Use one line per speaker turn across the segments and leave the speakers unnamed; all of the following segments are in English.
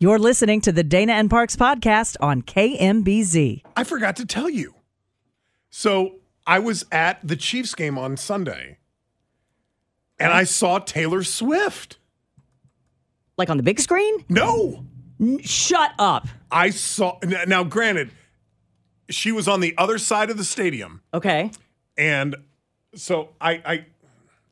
You're listening to the Dana and Parks podcast on KMBZ.
I forgot to tell you. So I was at the Chiefs game on Sunday and I saw Taylor Swift.
Like on the big screen?
No.
Shut up.
I saw, now granted, she was on the other side of the stadium.
Okay.
And so I, I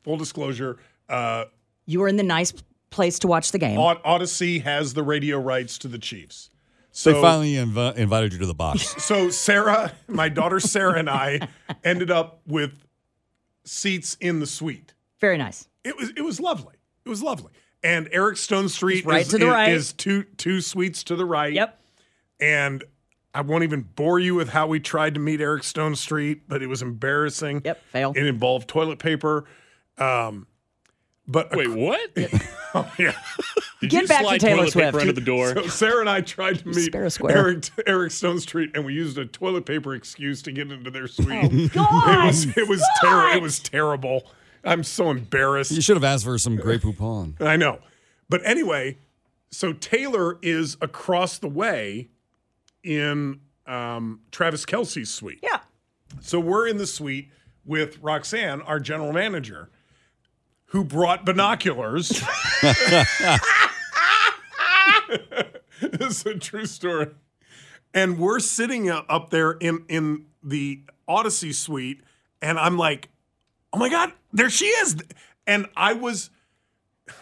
full disclosure, uh,
you were in the nice place to watch the game.
Odyssey has the radio rights to the Chiefs.
So they finally inv- invited you to the box.
so Sarah, my daughter Sarah and I ended up with seats in the suite.
Very nice.
It was it was lovely. It was lovely. And Eric Stone Street
right
is,
to the
is,
right.
is two two suites to the right.
Yep.
And I won't even bore you with how we tried to meet Eric Stone Street, but it was embarrassing.
Yep, fail.
It involved toilet paper. Um, but
Wait, what?
oh, yeah.
Did
Get
you
back to
slide
Taylor
toilet
Swift.
paper under the door?
So Sarah and I tried to meet
Sparrow Square.
Eric, Eric Stone Street, and we used a toilet paper excuse to get into their suite.
God,
it was it was terrible.
Oh, God.
It was terrible. I'm so
you
embarrassed.
should have asked for some Grey Poupon.
I know, but anyway, so Taylor is across the way in um, Travis Kelsey's suite.
Yeah.
So we're in the suite with Roxanne, our general manager, who brought binoculars. it's a true story. And we're sitting u- up there in in the Odyssey suite, and I'm like, "Oh my god, there she is!" And I was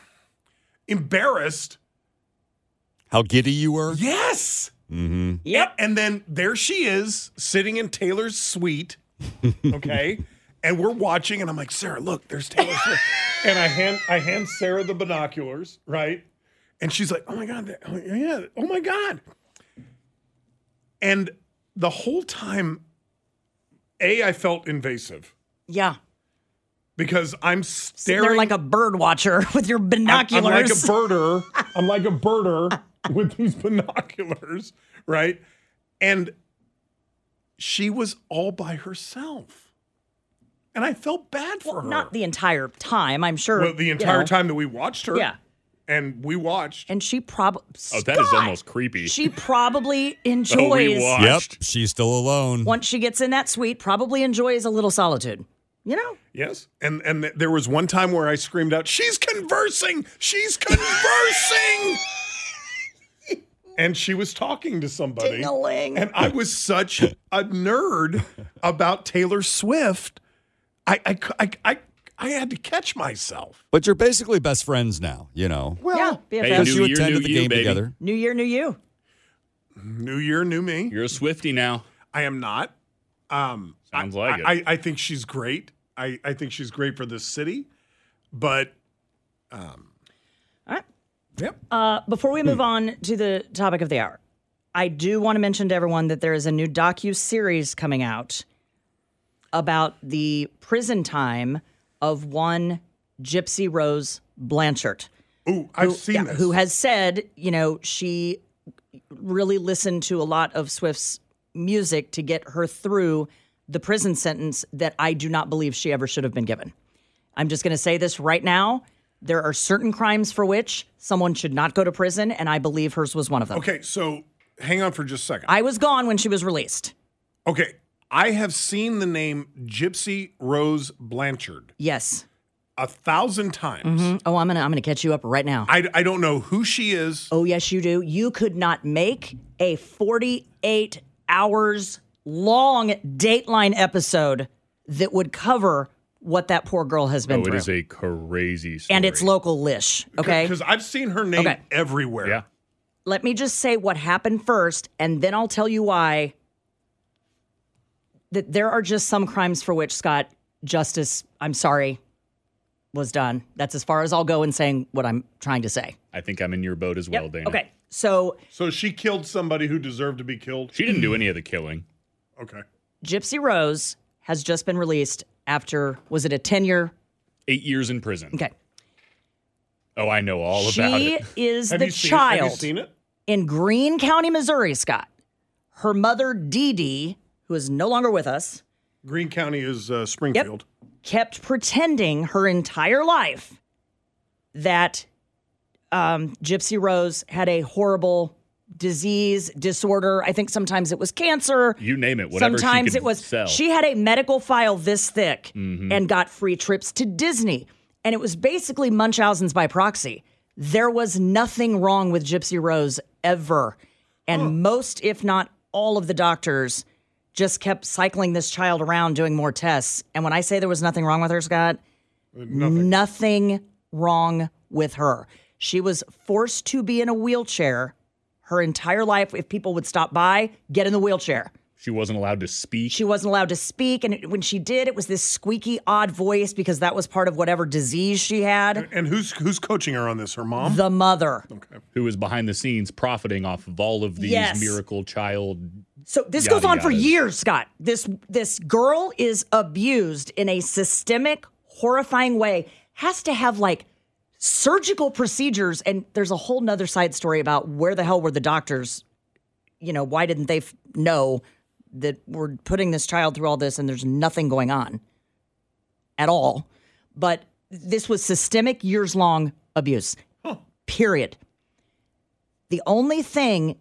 embarrassed.
How giddy you were.
Yes.
Yep.
And then there she is sitting in Taylor's suite. Okay. and we're watching, and I'm like, Sarah, look, there's Taylor Swift. and I hand I hand Sarah the binoculars, right? And she's like, oh my God, that- oh, yeah, oh my God. And the whole time, A, I felt invasive
Yeah.
because I'm
They're,
staring
like a bird watcher with your
I'm-
binoculars.
I'm like a birder. I'm like a birder with these binoculars, right? And she was all by herself. And I felt bad for her.
Not the entire time, I'm sure.
Well, the
you
entire
know.
time that we watched her.
Yeah.
And we watched.
And she probably.
Oh, that is almost creepy.
She probably
Oh,
enjoys.
we watched.
Yep, she's still alone.
once she gets in that suite, probably enjoys a little solitude. You know?
yes. And and th- there was one time where I screamed out, "She's conversing! She's conversing!" and she was talking to somebody.
Ding-a-ling.
And I was such a nerd about Taylor Swift. I, I, cou- I, I, I had to catch myself.
But you're basically best friends now, you know.
Yeah, BFF.
Hey,
Because
new
you
year,
attended
new
the
you,
game
baby.
together.
New year, new you.
New year, new me.
You're a Swifty now.
I am not. Um,
Sounds
I,
like it.
I, I think she's great. I, I think she's great for this city. But
All right.
yep.
Uh, before we
Hmm.
move on to the topic of the hour, I do want to mention to everyone that there is a new docu series coming out about the prison time of one Gypsy Rose Blanchard.
Ooh, I've seen
yeah,
this.
who has said, you know, she really listened to a lot of Swift's music to get her through the prison sentence that I do not believe she ever should have been given. I'm just going to say this right now. There are certain crimes for which someone should not go to prison, and I believe hers was one of them.
okay, so hang on for just a second.
I was gone when she was released.
okay, I have seen the name Gypsy Rose Blanchard
Yes.
a thousand times.
Oh, I'm gonna I'm gonna catch you up right now.
I, I don't know who she is.
Oh, yes, you do. You could not make a 48 hours long Dateline episode that would cover what that poor girl has been
Oh, it
through.
is a crazy story.
and it's local lish. Okay.
Because I've seen her name
Okay.
everywhere.
Yeah.
Let me just say what happened first, and then I'll tell you why that there are just some crimes for which Scott justice, I'm sorry, was done. That's as far as I'll go in saying what I'm trying to say.
I think I'm in your boat as well, Dana.
Okay. So
So she killed somebody who deserved to be killed.
She didn't do any of the killing.
Okay.
Gypsy Rose has just been released after was it a ten year?
Eight years in prison.
Okay,
Oh, I know all about
she
it.
is
Have
the
you seen
child.
It? Have you seen it?
in Greene County, Missouri, Scott. Her mother, Dee Dee, who is no longer with us,
Green County is uh, Springfield.
kept pretending her entire life that um, Gypsy Rose had a horrible disease, disorder. I think sometimes it was cancer.
You name it. Whatever. she
Sometimes
could
it was.
Sell. Mm-hmm.
She had a medical file this thick and got free trips to Disney. And it was basically Munchausen's by proxy. There was nothing wrong with Gypsy Rose ever. And most, if not all, of the doctors just kept cycling this child around doing more tests. And when I say there was nothing wrong with her, Scott, nothing, wrong with her. She was forced to be in a wheelchair her entire life. If people would stop by, get in the wheelchair.
She wasn't allowed to speak.
She wasn't allowed to speak. And it- when she did, it was this squeaky, odd voice because that was part of whatever disease she had.
And who's who's coaching her on this? Her mom.
The mother.
who is behind the scenes profiting off of all of these
Yes.
miracle child.
So this
Yada,
goes on for
yada.
years, Scott. This this girl is abused in a systemic, horrifying way. Has to have like surgical procedures, and there's a whole nother side story about where the hell were the doctors? You know, why didn't they f- know that we're putting this child through all this, and there's nothing going on at all? But this was systemic, years long abuse. Period. The only thing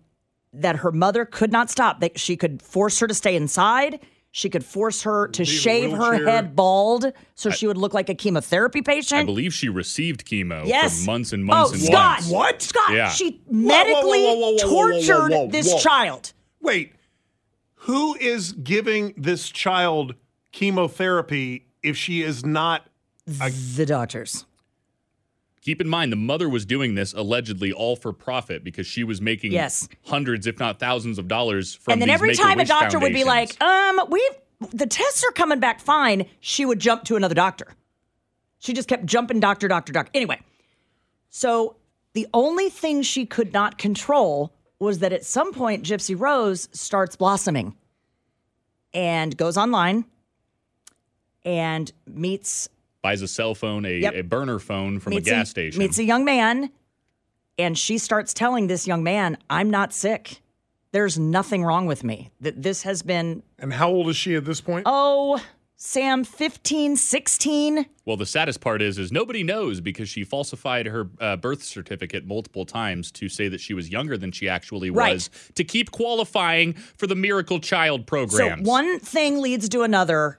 that her mother could not stop. That she could force her to stay inside. She could force her to shave her
wheelchair.
head bald so she would look like a chemotherapy
I
patient.
believe she received chemo
yes,
for months and
Oh,
months and
Scott,
months.
What?
Scott,
Yeah.
she
whoa,
medically
whoa, whoa, whoa, whoa, whoa,
tortured
whoa,
this
whoa.
child.
Wait. Who is giving this child chemotherapy if she is not?
the doctors.
Keep in mind, the mother was doing this allegedly all for profit because she was making
Yes.
hundreds, if not thousands, of dollars from.
And then
these
every time a
Make-A-Wish
doctor would be
foundations.
like, um, we've the tests are coming back fine, she would jump to another doctor. She just kept jumping doctor, doctor, doctor. Anyway, so the only thing she could not control was that at some point Gypsy Rose starts blossoming and goes online and meets
buys a cell phone, a,
Yep.
a burner phone from a
meets
gas station.
Meets a young man, and she starts telling this young man, "I'm not sick. There's nothing wrong with me. That this has been
And how old is she at this point?
oh, Sam, 15, 16.
well, the saddest part is, is nobody knows because she falsified her uh, birth certificate multiple times to say that she was younger than she actually
Right.
was to keep qualifying for the miracle child
So
programs.
one thing leads to another,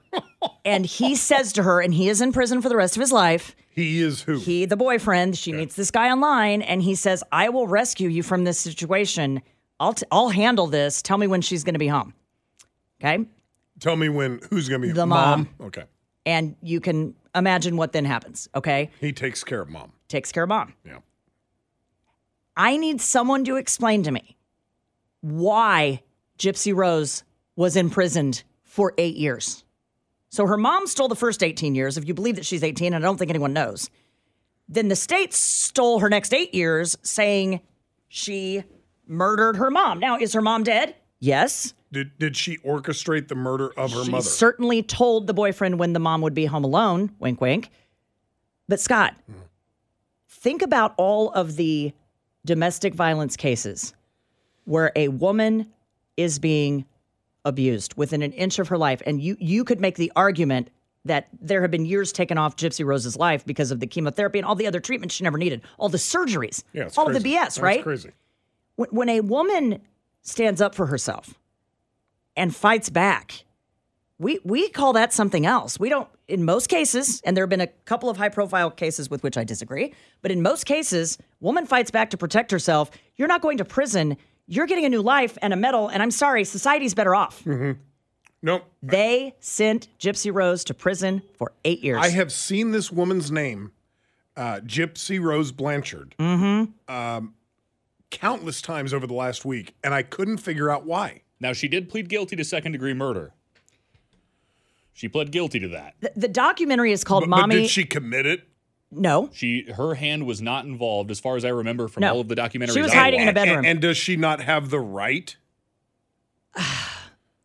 and he says to her, and he is in prison for the rest of his life.
He is who?
He, the boyfriend, she meets this guy online, and he says, "I will rescue you from this situation. I'll t- I'll handle this. Tell me when she's going to be home." Okay.
Tell me when. Who's gonna be
The
Okay.
and you can imagine what then happens. Okay,
He takes care of mom.
takes care of mom.
Yeah.
I need someone to explain to me why Gypsy Rose was imprisoned for eight years. So her mom stole the first 18 years. If you believe that she's 18, and I don't think anyone knows, then the state stole her next eight years, saying she murdered her mom. Now, is her mom dead? Yes.
Did did she orchestrate the murder of her
She
mother?
certainly told the boyfriend when the mom would be home alone. Wink, wink. But Scott,
Hmm.
think about all of the domestic violence cases where a woman is being abused within an inch of her life, and you you could make the argument that there have been years taken off Gypsy Rose's life because of the chemotherapy and all the other treatments she never needed, all the surgeries,
yeah, it's
all of the
crazy.
BS,
That's
right?
Crazy.
when, when a woman stands up for herself and fights back, we we call that something else. We don't in most cases, and there have been a couple of high profile cases with which I disagree, but in most cases, woman fights back to protect herself. You're not going to prison. You're getting a new life and a medal, and I'm sorry, society's better off.
Mm-hmm. Nope.
They sent Gypsy Rose to prison for eight years.
I have seen this woman's name, uh, Gypsy Rose Blanchard, um,
Mm-hmm.
countless times over the last week, and I couldn't figure out why.
Now, she did plead guilty to second degree murder. She pled guilty to that.
the, the documentary is called
But, but
Mommy.
did she commit it?
No.
She her hand was not involved, as far as I remember from
No.
all of the documentaries.
She was
I
hiding in a
watched.
bedroom.
And, does she not have the right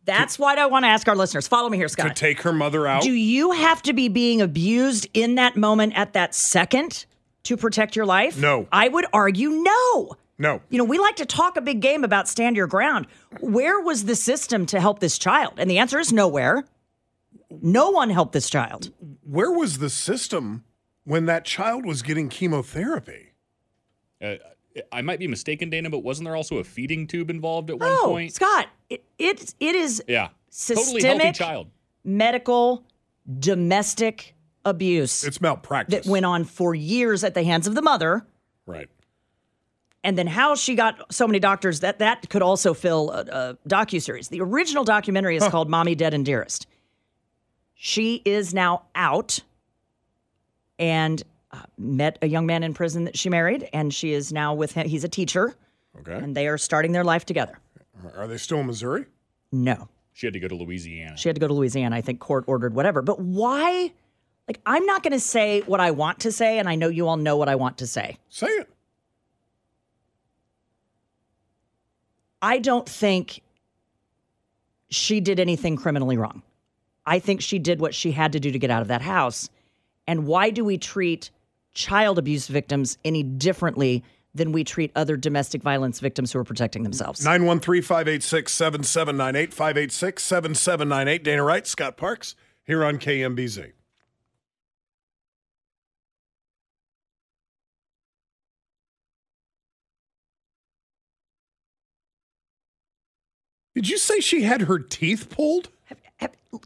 That's what I want to ask our listeners. Follow me here,
to
Scott.
take her mother out?
Do you have to be being abused in that moment at that second to protect your life?
No.
I would argue no.
no.
You know, we like to talk a big game about stand your ground. Where was the system to help this child? And the answer is nowhere. No one helped this child.
Where was the system when that child was getting chemotherapy?
Uh, I might be mistaken, Dana, but wasn't there also a feeding tube involved at one
Oh,
point?
Scott, it, it, it is
yeah, totally healthy
Systemic-
child.
medical domestic abuse
It's malpractice.
that went on for years at the hands of the mother.
right.
and then how she got so many doctors that that could also fill a, a docu-series the original documentary is called mommy dead and dearest she is now out and uh, met a young man in prison that she married and she is now with him he's a teacher
Okay.
and they are starting their life together
Are they still in Missouri?
no
She had to go to Louisiana.
she had to go to Louisiana. I think court ordered whatever. But why? Like, I'm not going to say what I want to say, and I know you all know what I want to say.
Say it.
I don't think she did anything criminally wrong. I think she did what she had to do to get out of that house. And why do we treat child abuse victims any differently than we treat other domestic violence victims who are protecting themselves?
913 586 7798 586 7798. Dana Wright, Scott Parks, here on KMBZ. Did you say she had her teeth pulled?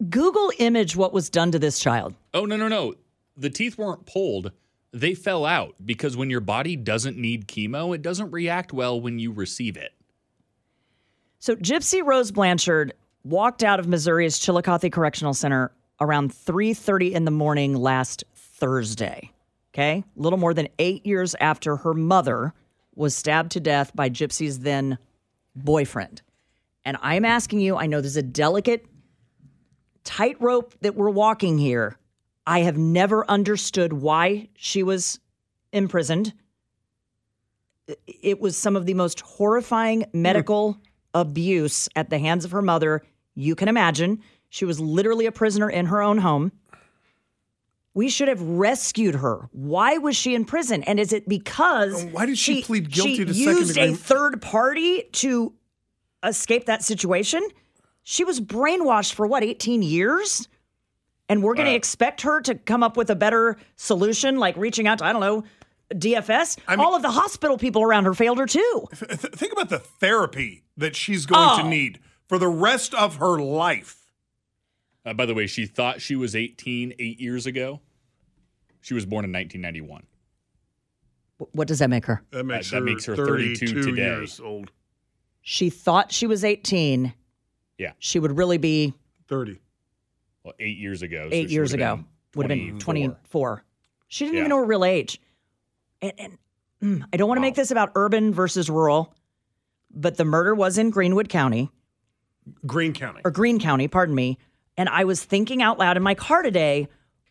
Google image what was done to this child.
Oh no no no! The teeth weren't pulled; they fell out because when your body doesn't need chemo, it doesn't react well when you receive it.
So Gypsy Rose Blanchard walked out of Missouri's Chillicothe Correctional Center around 3:30 in the morning last Thursday. Okay? Little more than 8 years after her mother was stabbed to death by Gypsy's then boyfriend. And I'm asking you, I know there's a delicate tightrope that we're walking here. I have never understood why she was imprisoned. It was some of the most horrifying
Mm.
medical abuse at the hands of her mother you can imagine. She was literally a prisoner in her own home. We should have rescued her. Why was she in prison? And is it because
Why did she plead guilty
she
to second
used a
degree-
third party to escape that situation? She was brainwashed for what, 18 years? And we're going
Uh,
to expect her to come up with a better solution, like reaching out to, I don't know, DFS. All of the hospital people around her failed her too.
Th- think about the therapy that she's going to need for the rest of her life.
Uh, by the way, she thought she was 18 eight years ago. She was born in 1991.
Wh- What does that make her?
That
makes that her makes her 32 32 today. years
old.
She thought she was 18.
Yeah.
She would really be
30.
Well, eight years ago. so
eight
she
years
would've
ago.
been
Would have been
24.
24. She didn't
Yeah.
even know her real age. And, and mm, I don't want to make
Wow.
this about urban versus rural, but the murder was in Greenwood County
Greene County.
or Greene County, pardon me. And I was thinking out loud in my car today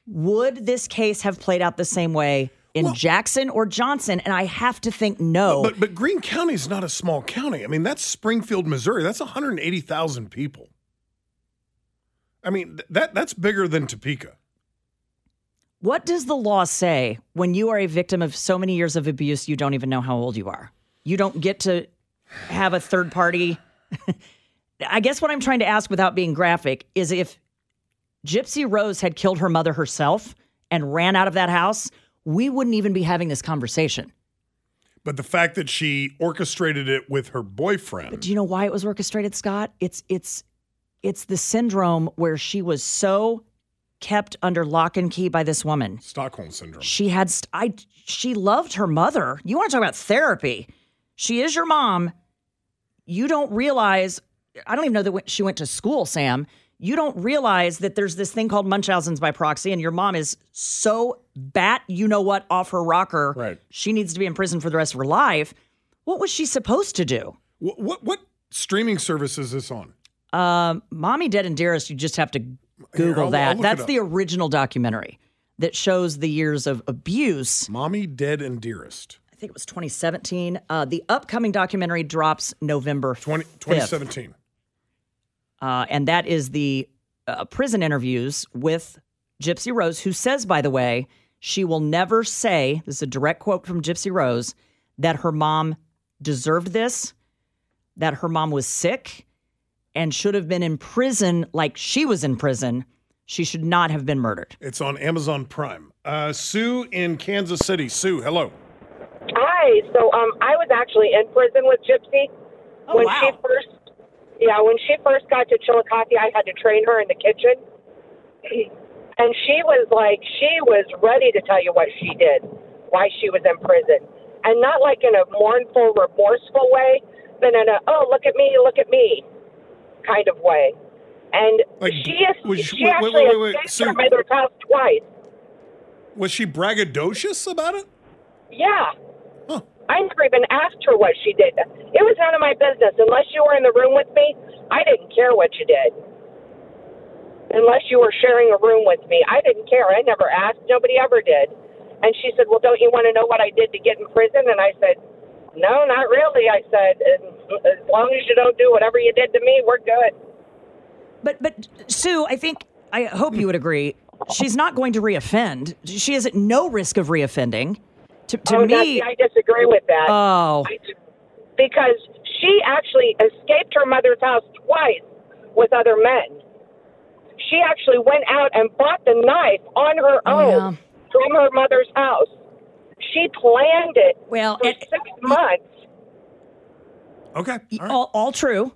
would this case have played out the same way in Jackson or Johnson? And I have to think no.
But but Greene County is not a small county. I mean, that's Springfield, Missouri. That's 180,000 people. I mean, th- that that's bigger than Topeka.
What does the law say when you are a victim of so many years of abuse you don't even know how old you are? You don't get to have a third party. I guess what I'm trying to ask without being graphic is if Gypsy Rose had killed her mother herself and ran out of that house, we wouldn't even be having this conversation.
But the fact that she orchestrated it with her boyfriend.
Do you know why it was orchestrated, Scott? It's it's it's the syndrome where she was so kept under lock and key by this woman.
Stockholm syndrome.
she had st- I she loved her mother. You want to talk about therapy? She is your mom. You don't realize. I don't even know that when- she went to school, Sam. You don't realize that there's this thing called Munchausen's by proxy, and your mom is so bat you know what off her rocker.
Right.
She needs to be in prison for the rest of her life. What was she supposed to do?
What, what what streaming service is this on?
Um, Mommy Dead and Dearest, you just have to Google
I'll- I'll
that.
look it
That's
up.
the original documentary. that shows the years of abuse.
Mommy Dead and Dearest.
I think it was 2017. Uh, the upcoming documentary drops November
20,
5th.
2017.
Uh, and that is the uh, prison interviews with Gypsy Rose, who says, by the way, she will never say, this is a direct quote from Gypsy Rose, that her mom deserved this, that her mom was sick and should have been in prison like she was in prison. She should not have been murdered.
It's on Amazon Prime. Uh, Sue in Kansas City. Sue, hello.
Hi. So um, I was actually in prison with Gypsy
Oh,
when she
wow.
first. Yeah, when she first got to Chillicothe, I had to train her in the kitchen, and she was like, she was ready to tell you what she did, why she was in prison, and not like in a mournful, remorseful way, but in a oh look at me, look at me, kind of way. And
Like,
she is
was she-
she
wait, wait,
actually
wait, wait,
escaped
Sue-
her mother's house twice.
Was she braggadocious about it?
Yeah.
Huh.
I never even asked her what she did. It was none of my business. Unless you were in the room with me, I didn't care what you did. Unless you were sharing a room with me, I didn't care. I never asked. Nobody ever did. And she said, Well, don't you want to know what I did to get in prison? And I said, No, not really. I said, "As- As long as you don't do whatever you did to me, we're good.
But but Sue, I think I hope you would agree. She's not going to reoffend. She is at no risk of reoffending. To, to
oh,
me,
Dusty, I disagree with that.
oh,
I do. Because she actually escaped her mother's house twice with other men. She actually went out and bought the knife on her own from her mother's house. She planned it
Well,
for
and-
six months.
Okay. All right.
all, all true,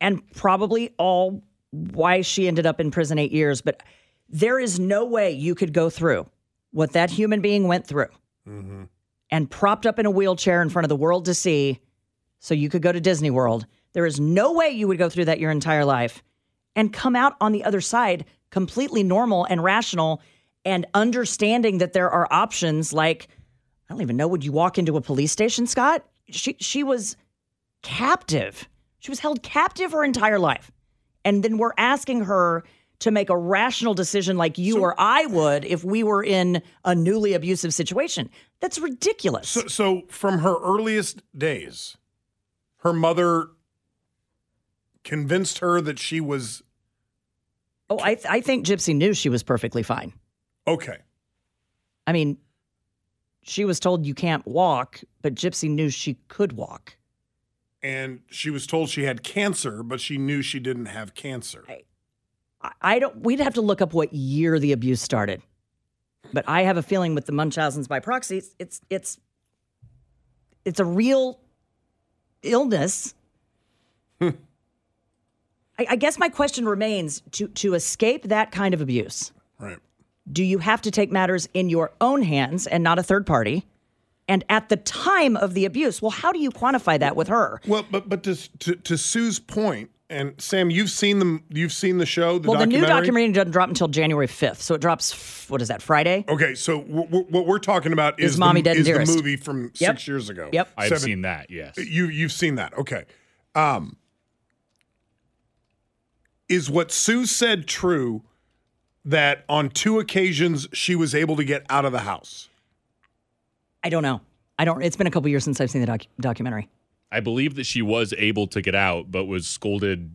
and probably all why she ended up in prison eight years. But there is no way you could go through what that human being went through,
Mm-hmm.
and propped up in a wheelchair in front of the world to see, so you could go to Disney World. There is no way you would go through that your entire life and come out on the other side completely normal and rational and understanding that there are options like I don't even know would you walk into a police station Scott she she was captive. She was held captive her entire life. And then we're asking her to make a rational decision like you or I would if we were in a newly abusive situation. That's ridiculous.
So, so from her earliest days, her mother convinced her that she was
oh, I, th- I think Gypsy knew she was perfectly fine.
okay.
I mean, she was told you can't walk, but Gypsy knew she could walk.
And she was told she had cancer, but she knew she didn't have cancer.
I- I don't. We'd have to look up what year the abuse started, but I have a feeling with the Munchausen's by proxy, it's it's it's, it's a real illness. I, I guess my question remains: to to escape that kind of abuse,
Right.
do you have to take matters in your own hands and not a third party? And at the time of the abuse, well, how do you quantify that with her?
Well, but but to to, to Sue's point, and Sam, you've seen them. You've seen the show. The
well, the new
documentary.
documentary doesn't drop until January fifth, so it drops. f- What is that? Friday.
Okay, so w- w- what we're talking about is,
Is Mommy
the,
Dead and
is the
Dearest.
movie from
Yep.
six years ago.
Yep.
I've
Seven- Uh,
seen that, yes.
You you've seen that. Okay. Um is what Sue said true that on two occasions she was able to get out of the house?
I don't know. I don't. It's been a couple years since I've seen the doc, documentary.
I believe that she was able to get out, but was scolded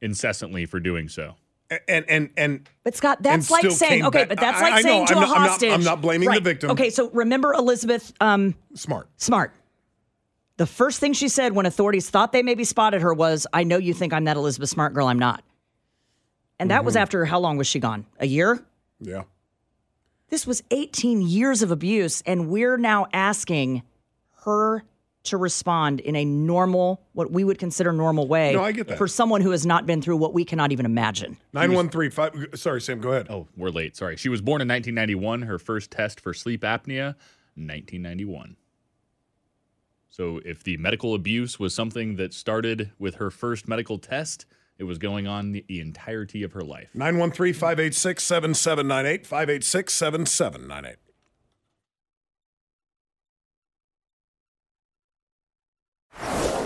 incessantly for doing so.
A- And and and
But Scott, that's
And
like
still
saying
came
okay,
back.
but that's
I-
like
I know.
saying to
I'm
a
not- I'm not-
hostage.
I'm not blaming the
Right.
victim.
Okay, so remember Elizabeth um,
smart.
Smart. The first thing she said when authorities thought they maybe spotted her was, "I know you think I'm that Elizabeth Smart girl. I'm not." And that was
Mm-hmm.
after how long was she gone? A year.
Yeah.
This was 18 years of abuse, and we're now asking her to respond in a normal, what we would consider normal way.
No, I get that.
For someone who has not been through what we cannot even imagine.
9135 Sorry, Sam, go ahead.
Oh, we're late. Sorry. She was born in 1991. Her first test for sleep apnea, 1991. So, if the medical abuse was something that started with her first medical test, it was going on the, the entirety of her life.
913 586 7798 586 7798.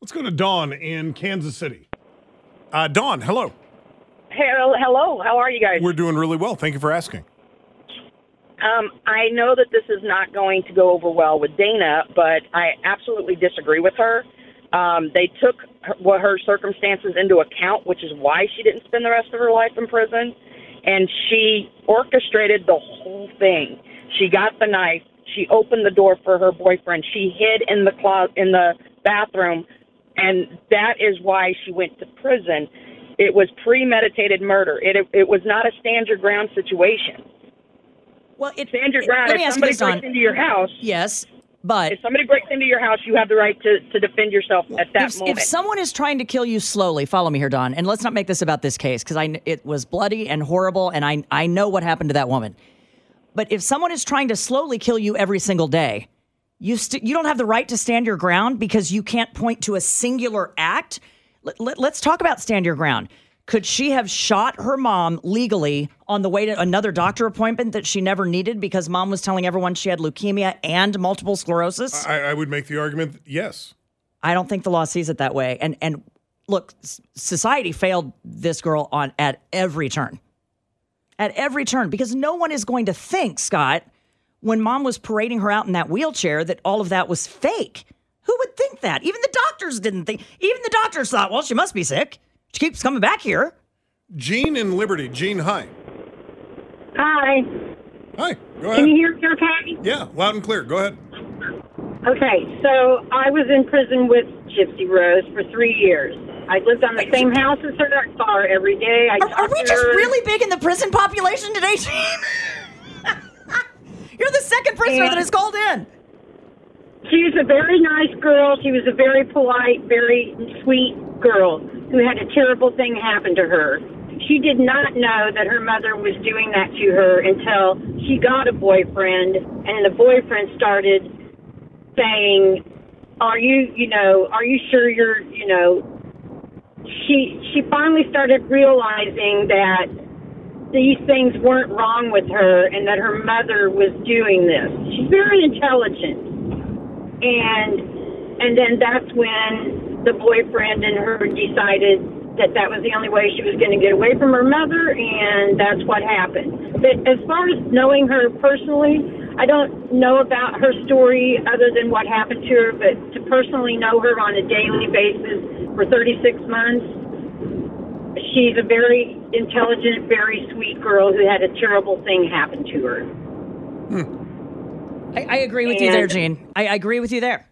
Let's go to Dawn in Kansas City. Uh, Dawn, hello.
Hello, hello. How are you guys?
We're doing really well. Thank you for asking.
Um, I know that this is not going to go over well with Dana, but I absolutely disagree with her. Um, they took her, what her circumstances into account, which is why she didn't spend the rest of her life in prison, and she orchestrated the whole thing. She got the knife. She opened the door for her boyfriend. She hid in the closet in the bathroom, and that is why she went to prison. It was premeditated murder. It it was not a stand your ground situation.
Well, it,
Stand your
it-
ground.
Let me ask
If
you
somebody
this,
breaks
Don.
into your house,
Yes, but
if somebody breaks into your house, you have the right to, to defend yourself at that
if,
moment.
if someone is trying to kill you slowly, follow me here, Don, and let's not make this about this case because I kn- it was bloody and horrible, and I I know what happened to that woman. But if someone is trying to slowly kill you every single day, you st- you don't have the right to stand your ground because you can't point to a singular act. Let, let, let's talk about stand your ground. Could she have shot her mom legally on the way to another doctor appointment that she never needed because mom was telling everyone she had leukemia and multiple sclerosis?
I, I would make the argument that yes.
I don't think the law sees it that way. And and look, s- society failed this girl on at every turn. At every turn because no one is going to think, Scott, when mom was parading her out in that wheelchair that all of that was fake. Who would think that? Even the doctors didn't think. Even the doctors thought, "Well, she must be sick. She keeps coming back here."
Gene in Liberty. Gene, hi.
Hi.
Hi. Go
Can you
ahead.
hear me okay?
Yeah, loud and clear. Go ahead.
Okay, so I was in prison with Gypsy Rose for three years. I lived on the same house as her, saw her every day. I
Are, are
talked
we
to
just
her.
really big in the prison population today, Gene? You're the second prisoner that is called in.
She was a very nice girl. She was a very polite, very sweet girl who had a terrible thing happen to her. She did not know that her mother was doing that to her until she got a boyfriend, and the boyfriend started saying, "Are you, you know, are you sure you're, you know?" She she finally started realizing that these things weren't wrong with her and that her mother was doing this. She's very intelligent and and then that's when the boyfriend and her decided that that was the only way she was going to get away from her mother and that's what happened but as far as knowing her personally i don't know about her story other than what happened to her but to personally know her on a daily basis for 36 months she's a very intelligent very sweet girl who had a terrible thing happen to her
I, I agree with you there,
And-
Gene. I, I agree with you there.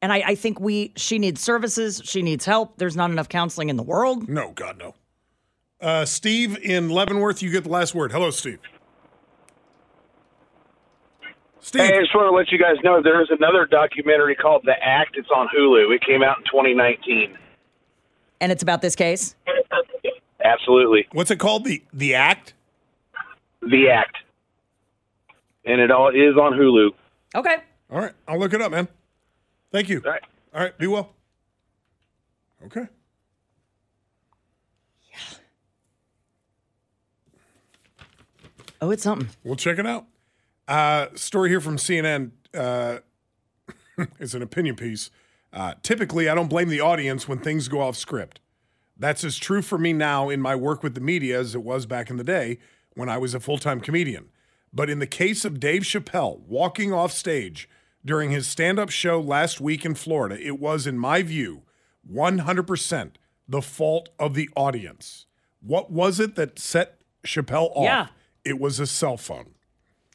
And I, I think we she needs services, she needs help. There's not enough counseling in the world.
No, God, no. Uh, Steve in Leavenworth, you get the last word. Hello, Steve. Steve.
Hey, I just want to let you guys know there is another documentary called The Act. It's on Hulu. It came out in 2019.
And it's about this case.
Absolutely,
What's it called? The the act?
The Act, and it all is on Hulu.
Okay.
All right. I'll look it up, man. Thank you.
All right.
All right, Be well. Okay.
Oh, it's something.
We'll check it out. Uh, story here from CNN. Uh, it's an opinion piece. Uh, typically, I don't blame the audience when things go off script. That's as true for me now in my work with the media as it was back in the day when I was a full time comedian. But in the case of Dave Chappelle walking off stage during his stand up show last week in Florida, it was, in my view, 100% the fault of the audience. What was it that set Chappelle off?
Yeah.
It was a cell phone.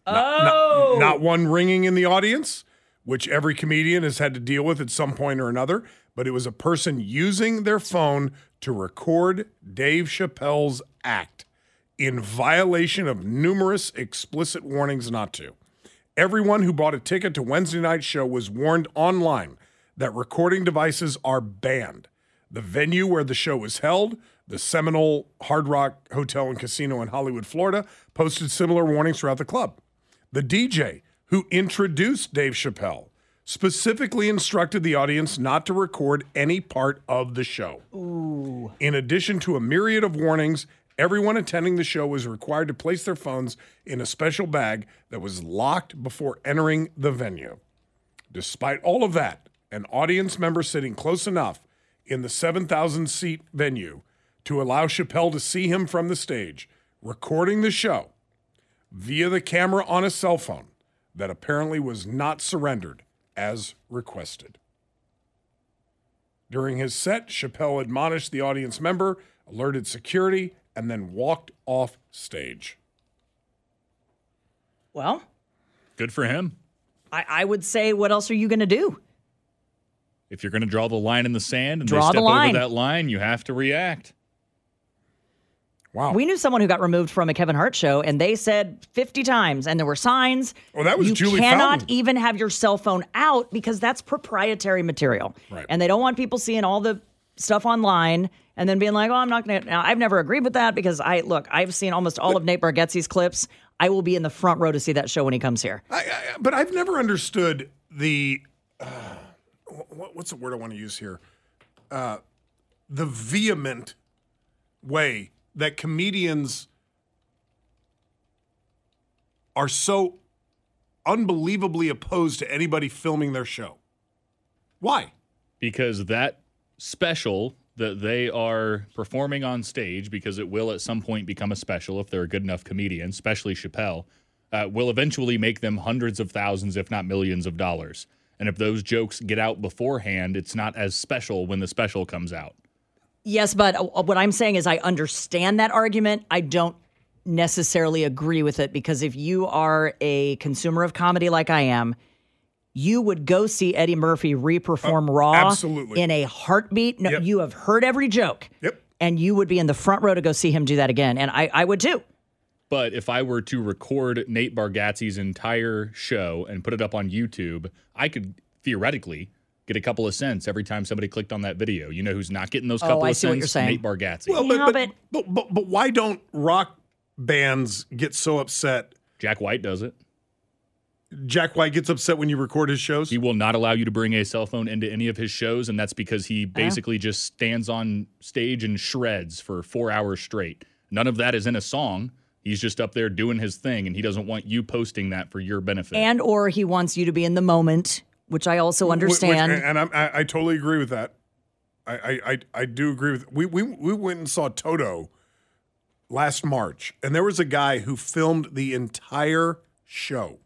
oh
Not one ringing in the audience, which every comedian has had to deal with at some point or another, but it was a person using their phone to record Dave Chappelle's act in violation of numerous explicit warnings not to. Everyone who bought a ticket to Wednesday night's show was warned online that recording devices are banned. The venue where the show was held, the Seminole Hard Rock Hotel and Casino in Hollywood, Florida, posted similar warnings throughout the club. The DJ who introduced Dave Chappelle specifically instructed the audience not to record any part of the show. In addition to a myriad of warnings, everyone attending the show was required to place their phones in a special bag that was locked before entering the venue. Despite all of that, an audience member sitting close enough in the 7,000 seat venue to allow Chappelle to see him from the stage, recording the show via the camera on a cell phone that apparently was not surrendered as requested. During his set, Chappelle admonished the audience member, alerted security, and then walked off stage.
Well,
Good for him.
I, I would say, what else are you going to do?
If you're going to draw the line in the sand and
Draw
they
the
step
line.
over that line, you have to react.
Wow.
We knew someone who got removed from a Kevin Hart show, and they said 50 times, and there were signs.
Oh, that was
you
Julie
cannot
Fountain.
even have your cell phone out because that's proprietary material,
Right.
and they don't want people seeing all the stuff online and then being like, "Oh, I'm not going to." Now, I've never agreed with that because I look, I've seen almost all of Nate Bargatze's clips. I will be in the front row to see that show when he comes here.
I, I, but I've never understood the uh, what, what's the word I want to use here? Uh, the vehement way that comedians are so unbelievably opposed to anybody filming their show. Why?
because that special that they are performing on stage, because it will at some point become a special if they're a good enough comedian, especially Chappelle, uh, will eventually make them hundreds of thousands, if not millions of dollars. And if those jokes get out beforehand, it's not as special when the special comes out.
Yes, but uh, what I'm saying is I understand that argument. I don't necessarily agree with it because if you are a consumer of comedy like I am, you would go see Eddie Murphy reperform Raw
Uh, absolutely.
in a heartbeat. No,
Yep.
you have heard every joke.
Yep.
And you would be in the front row to go see him do that again. And I, I would too.
But if I were to record Nate Bargatze's entire show and put it up on YouTube, I could theoretically get a couple of cents every time somebody clicked on that video. You know who's not getting those
Oh,
couple
I
of
see
cents?
what you're saying.
Nate Bargatze.
Well,
Yeah,
but, but, but, but, but why don't rock bands get so upset?
Jack White does it.
Jack White gets upset when you record his shows.
He will not allow you to bring a cell phone into any of his shows, and that's because he basically just stands on stage and shreds for four hours straight. None of that is in a song. He's just up there doing his thing, and he doesn't want you posting that for your benefit.
And or he wants you to be in the moment, which I also
Wh- which-
understand.
and I'm, I, I totally agree with that. I, I, I, I do agree with. We, we we went and saw Toto last March, and there was a guy who filmed the entire show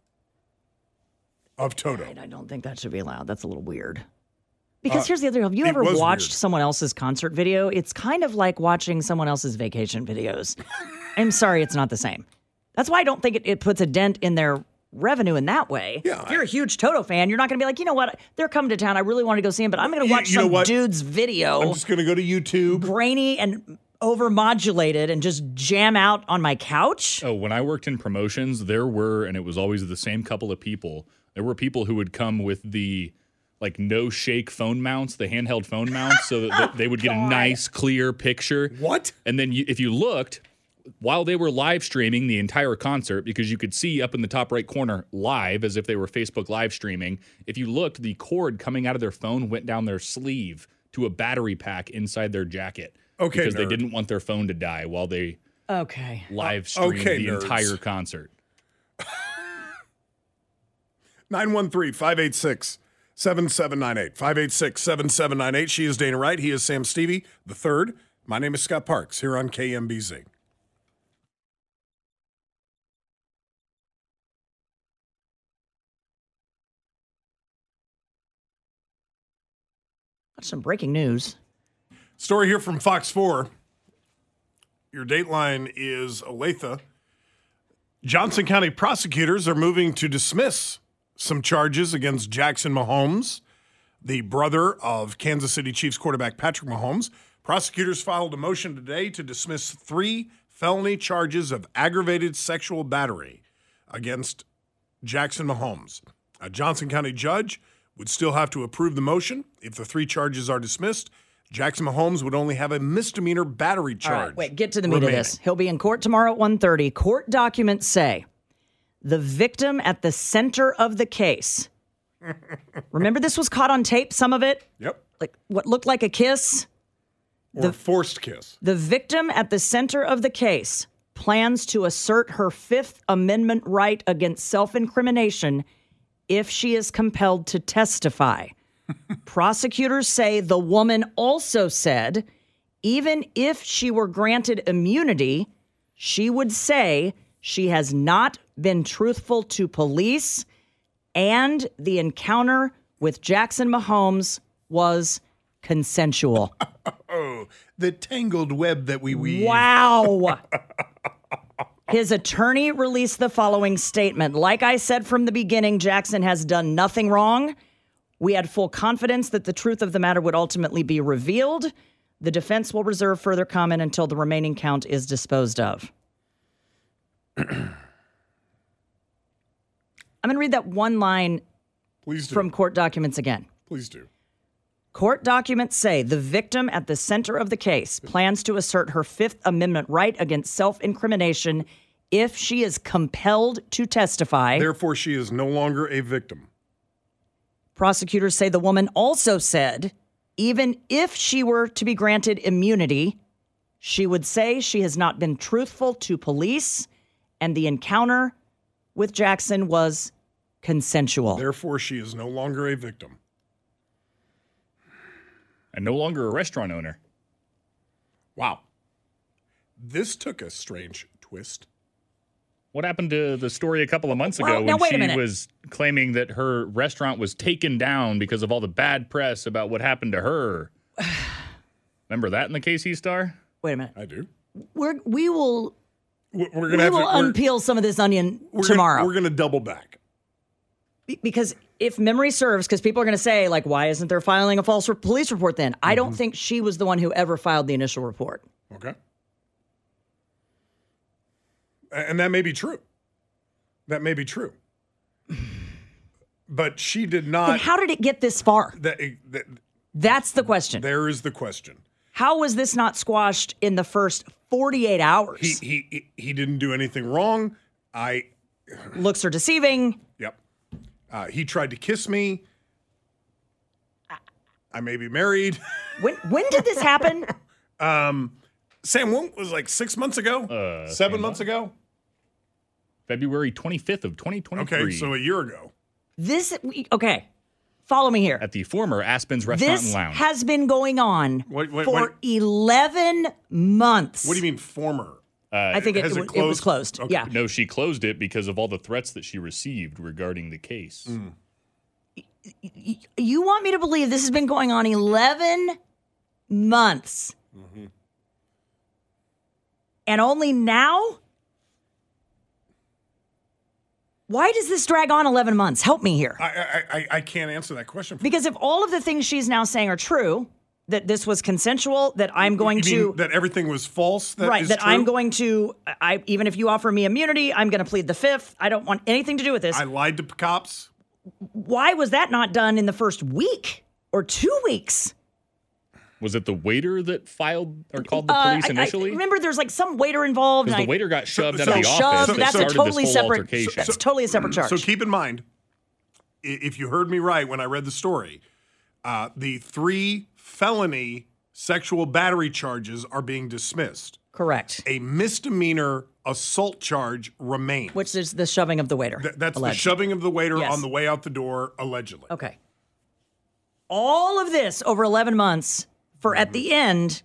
of Toto.
And I don't think that should be allowed. That's a little weird. Because here's the other thing. Have you
Uh, it
ever
was
watched
weird.
someone else's concert video? It's kind of like watching someone else's vacation videos. I'm sorry, it's not the same. That's why I don't think it, it puts a dent in their revenue in that way.
Yeah,
if you're a huge Toto fan, you're not going to be like, you know what? They're coming to town. I really want to go see him, but I'm going to
You-
watch
you know
some
what?
dude's video,
I'm just gonna go to YouTube.
grainy and overmodulated, and just jam out on my couch.
Oh, when I worked in promotions, there were, and it was always the same couple of people. There were people who would come with the like no shake phone mounts, the handheld phone mounts, so that th- they would get a nice clear picture.
What?
And then you, if you looked, while they were live streaming the entire concert, because you could see up in the top right corner live as if they were Facebook live streaming, if you looked, the cord coming out of their phone went down their sleeve to a battery pack inside their jacket.
Okay,
Because they
nerd. Uh,
didn't want their phone to die while they
Okay.
live streamed
okay,
the
nerds.
entire concert.
913 586 7798. 586 7798. She is Dana Wright. He is Sam Stevie, the third. My name is Scott Parks here on KMBZ.
Got some breaking news.
Story here from Fox 4. Your dateline is Olathe. Johnson County prosecutors are moving to dismiss some charges against Jackson Mahomes, the brother of Kansas City Chiefs quarterback Patrick Mahomes. Prosecutors filed a motion today to dismiss three felony charges of aggravated sexual battery against Jackson Mahomes. A Johnson County judge would still have to approve the motion. If the three charges are dismissed, Jackson Mahomes would only have a misdemeanor battery
All
charge.
right, wait, get to the meat
remaining.
of this. He'll be in court tomorrow at 1.30. Court documents say the victim at the center of the case. Remember, this was caught on tape, some of it,
Yep.
like what looked like a kiss.
Or forced kiss.
The victim at the center of the case plans to assert her Fifth Amendment right against self incrimination if she is compelled to testify. Prosecutors say the woman also said, even if she were granted immunity, she would say she has not been truthful to police and the encounter with Jackson Mahomes was consensual.
Oh, the tangled web that we weave.
Wow. His attorney released the following statement. Like I said from the beginning, Jackson has done nothing wrong. We had full confidence that the truth of the matter would ultimately be revealed. The defense will reserve further comment until the remaining count is disposed of. I'm going to read that one line
Please do.
from court documents again.
Please do.
Court documents say the victim at the center of the case plans to assert her Fifth Amendment right against self incrimination if she is compelled to testify.
Therefore, she is no longer a victim.
Prosecutors say the woman also said, even if she were to be granted immunity, she would say she has not been truthful to police and the encounter with Jackson was consensual.
Therefore, she is no longer a victim.
And no longer a restaurant owner.
Wow. This took a strange twist.
What happened to the story a couple of months ago
Well, now
when
wait a
she
minute.
was claiming that her restaurant was taken down because of all the bad press about what happened to her? Remember that in the KC Star?
Wait a minute.
I do.
We're, we will,
We're, we're
we
gonna have
will
to, we're-
unpeel some of this onion
we're gonna-
tomorrow.
we're gonna double back.
Be- because if memory serves, because people are going to say, like, why isn't there filing a false re- police report then? I
Mm-hmm.
don't think she was the one who ever filed the initial report.
Okay. A- And that may be true. That may be true. But she did
Then
not.
how did it get this far?
that, that,
That's the question.
there is the question.
How was this not squashed in the first 48 hours?
He, he he he didn't do anything wrong. I
Looks are deceiving.
yep. Uh, he tried to kiss me. I may be married.
When when did this happen?
Um, Sam Wong was like six months ago,
Uh,
seven
Sam
months ago.
February 25th of 2023
Okay, so a year ago.
this we- okay. Follow me here.
at the former Aspen's Restaurant
This
and Lounge.
has been going on
Wait, wait,
for
wait.
11 months.
What do you mean former?
I think it,
Has it
it, was
closed?
closed.
Okay.
Yeah.
no, she closed it because of all the threats that she received regarding the case.
Hmm.
y- you want me to believe this has been going on 11 months
Mm-hmm.
and only now why does this drag on 11 months help me here
I I I, I can't answer that question.
because if all of the things she's now saying are true that this was consensual that i'm going
You mean
to
that everything was false. That
right
is
that i'm
true?
going to i even if you offer me immunity i'm going to plead the fifth i don't want anything to do with this
I lied to p- cops.
why was that not done in the first week or two weeks
Was it the waiter that filed or called the
Uh,
police
I- I
initially?
remember there's like some waiter involved.
because
and
the
I-
waiter got shoved out
so-
of the
Shoved,
office.
so
that
that's a
started this
totally
whole
separate.
altercation.
That's totally a separate charge.
So keep in mind, i- if you heard me right when I read the story, uh, the three felony sexual battery charges are being dismissed.
Correct.
A misdemeanor assault charge remains.
Which is the shoving of the waiter.
Th- that's the
alleged.
shoving of the waiter
Yes.
on the way out the door, allegedly.
Okay. All of this over 11 months for at
Mm-hmm.
the end,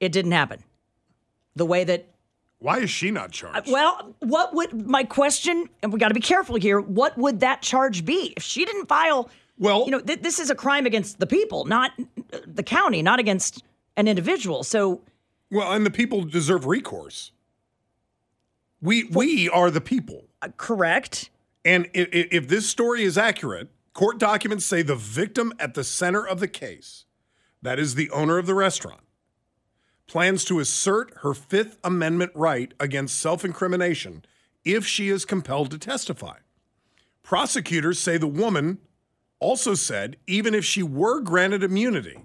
it didn't happen. The way that uh,
Why is she not charged?
well, what would my question? And we got to be careful here. What would that charge be if she didn't file?
Well-
you know, th- this is a crime against the people, not uh, the county, not against an individual. So
Well, and the people deserve recourse. We we are the people.
uh, correct.
And if, if this story is accurate, court documents say the victim at the center of the case, that is the owner of the restaurant, plans to assert her Fifth Amendment right against self incrimination if she is compelled to testify. Prosecutors say the woman also said even if she were granted immunity,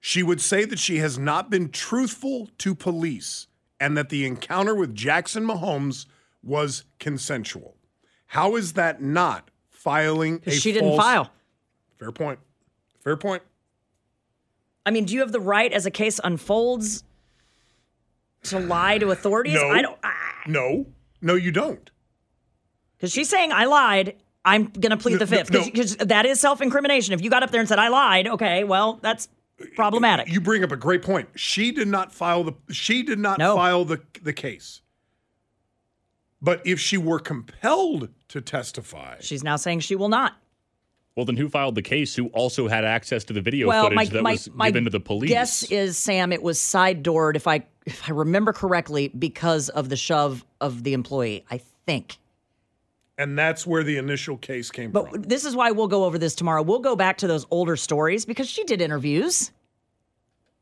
she would say that she has not been truthful to police and that the encounter with Jackson Mahomes was consensual. How is that not filing a
She didn't
false-
file.
Fair point. Fair point.
I mean, do you have the right as a case unfolds to lie to authorities?
No.
I don't.
No. No, you don't.
Because she's saying I lied. I'm gonna plead the
no,
fifth
no.
because that is self-incrimination. If you got up there and said I lied, okay, well that's problematic.
You bring up a great point. She did not file the she did not
No.
file the the case. But if she were compelled to testify,
She's now saying she will not.
Well, then who filed the case? Who also had access to the video
well,
footage
my,
that
my,
was
my
given to the police?
guess is Sam, it was side doored if I if I remember correctly because of the shove of the employee. I think.
and that's where the initial case came
But
from.
this is why we'll go over this tomorrow. We'll go back to those older stories because she did interviews.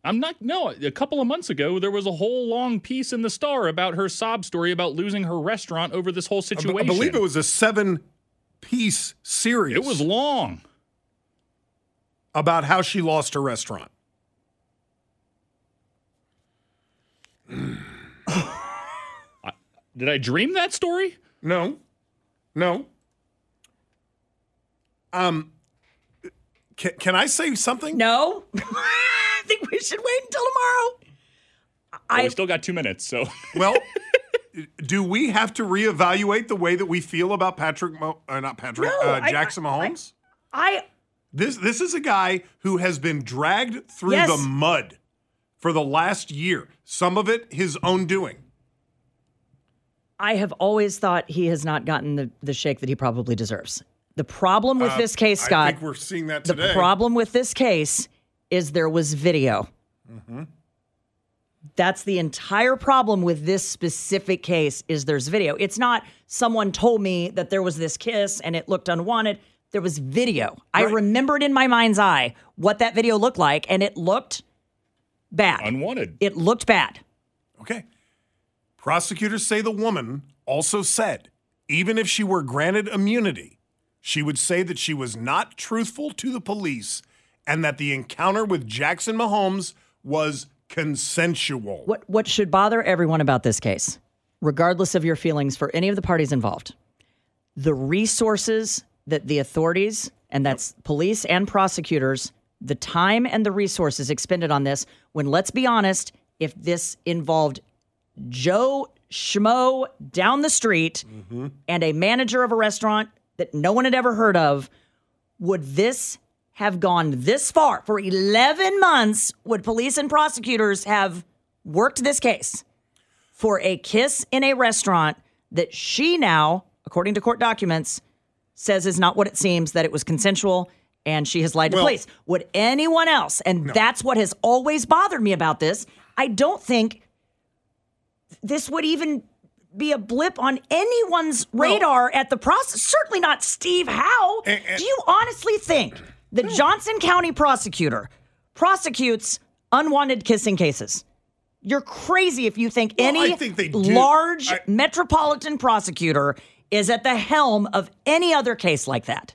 I'm not. No, a couple of months ago, there was a whole long piece in the Star about her sob story about losing her restaurant over this whole
I b-
situation.
I believe it was a seven piece series
It was long.
about how she lost her restaurant.
Did I dream that story?
No. No. Um can, can I say something?
No, I think we should wait until tomorrow.
Well,
I-
we still got two minutes, so
Well, do we have to reevaluate the way that we feel about Patrick? Mo- uh, not Patrick.
No,
uh,
I-
Jackson Mahomes.
I
this this is a guy who has been dragged through
Yes.
the mud for the last year. Some of it his own doing.
I have always thought he has not gotten the, the shake that he probably deserves. The problem with this case,
Uh, I
Scott,
think we're seeing that
the
today.
problem with this case is there was video. That's the entire problem with this specific case is there's video. It's not someone told me that there was this kiss and it looked unwanted. There was video. I remembered in my mind's eye what that video looked like and it looked bad.
unwanted.
it looked bad.
okay. Prosecutors say the woman also said, even if she were granted immunity, she would say that she was not truthful to the police and that the encounter with Jackson Mahomes was consensual.
What what should bother everyone about this case, regardless of your feelings for any of the parties involved, the resources that the authorities and that's police and prosecutors, the time and the resources expended on this. When let's be honest, if this involved Joe Schmo down the street and a manager of a restaurant that no one had ever heard of, would this have gone this far for 11 months would police and prosecutors have worked this case for a kiss in a restaurant that she now according to court documents says is not what it seems that it was consensual and she has lied to
Well-
police would anyone else and that's what has always bothered me about this i don't think this would even be a blip on anyone's radar at the process. Certainly not Steve Howe.
and-
Do you honestly think the Johnson County prosecutor prosecutes unwanted kissing cases? You're crazy if you think
Well, I
any
think they do.
large
I-
metropolitan prosecutor is at the helm of any other case like that.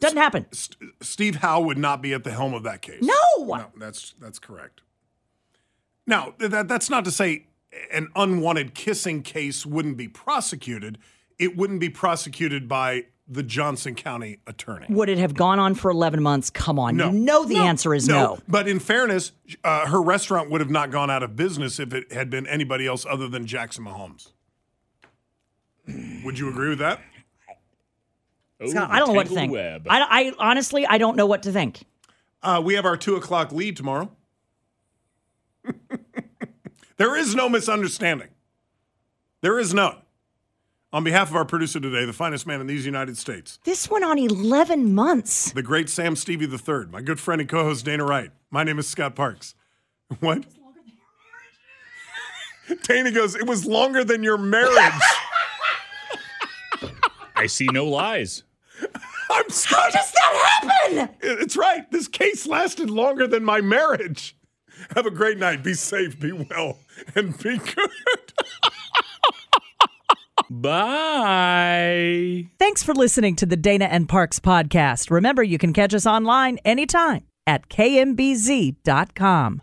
Doesn't happen.
St- Steve Howe would not be at the helm of that case.
No.
no, that's that's correct. Now, th- that that's not to say an unwanted kissing case wouldn't be prosecuted. It wouldn't be prosecuted by the Johnson County attorney.
Would it have gone on for 11 months? Come on.
No.
You know the answer is no.
But in fairness, uh, her restaurant would have not gone out of business if it had been anybody else other than Jackson Mahomes. Would you agree with that?
Scott, I don't know what to
tangled
think.
Web.
I, I honestly, I don't know what to think.
Uh, we have our two o'clock lead tomorrow. there is no misunderstanding. There is none. On behalf of our producer today, the finest man in these United States,
This went on 11 months.
the great Sam Stevie III, my good friend and co host Dana Wright. My name is Scott Parks. What? Dana goes, It was longer than your marriage.
I see no lies.
I'm Scott.
does that happen?
It's right. This case lasted longer than my marriage. Have a great night. Be safe, be well, and be good.
Bye.
Thanks for listening to the Dana and Parks podcast. Remember, you can catch us online anytime at kmbz.com.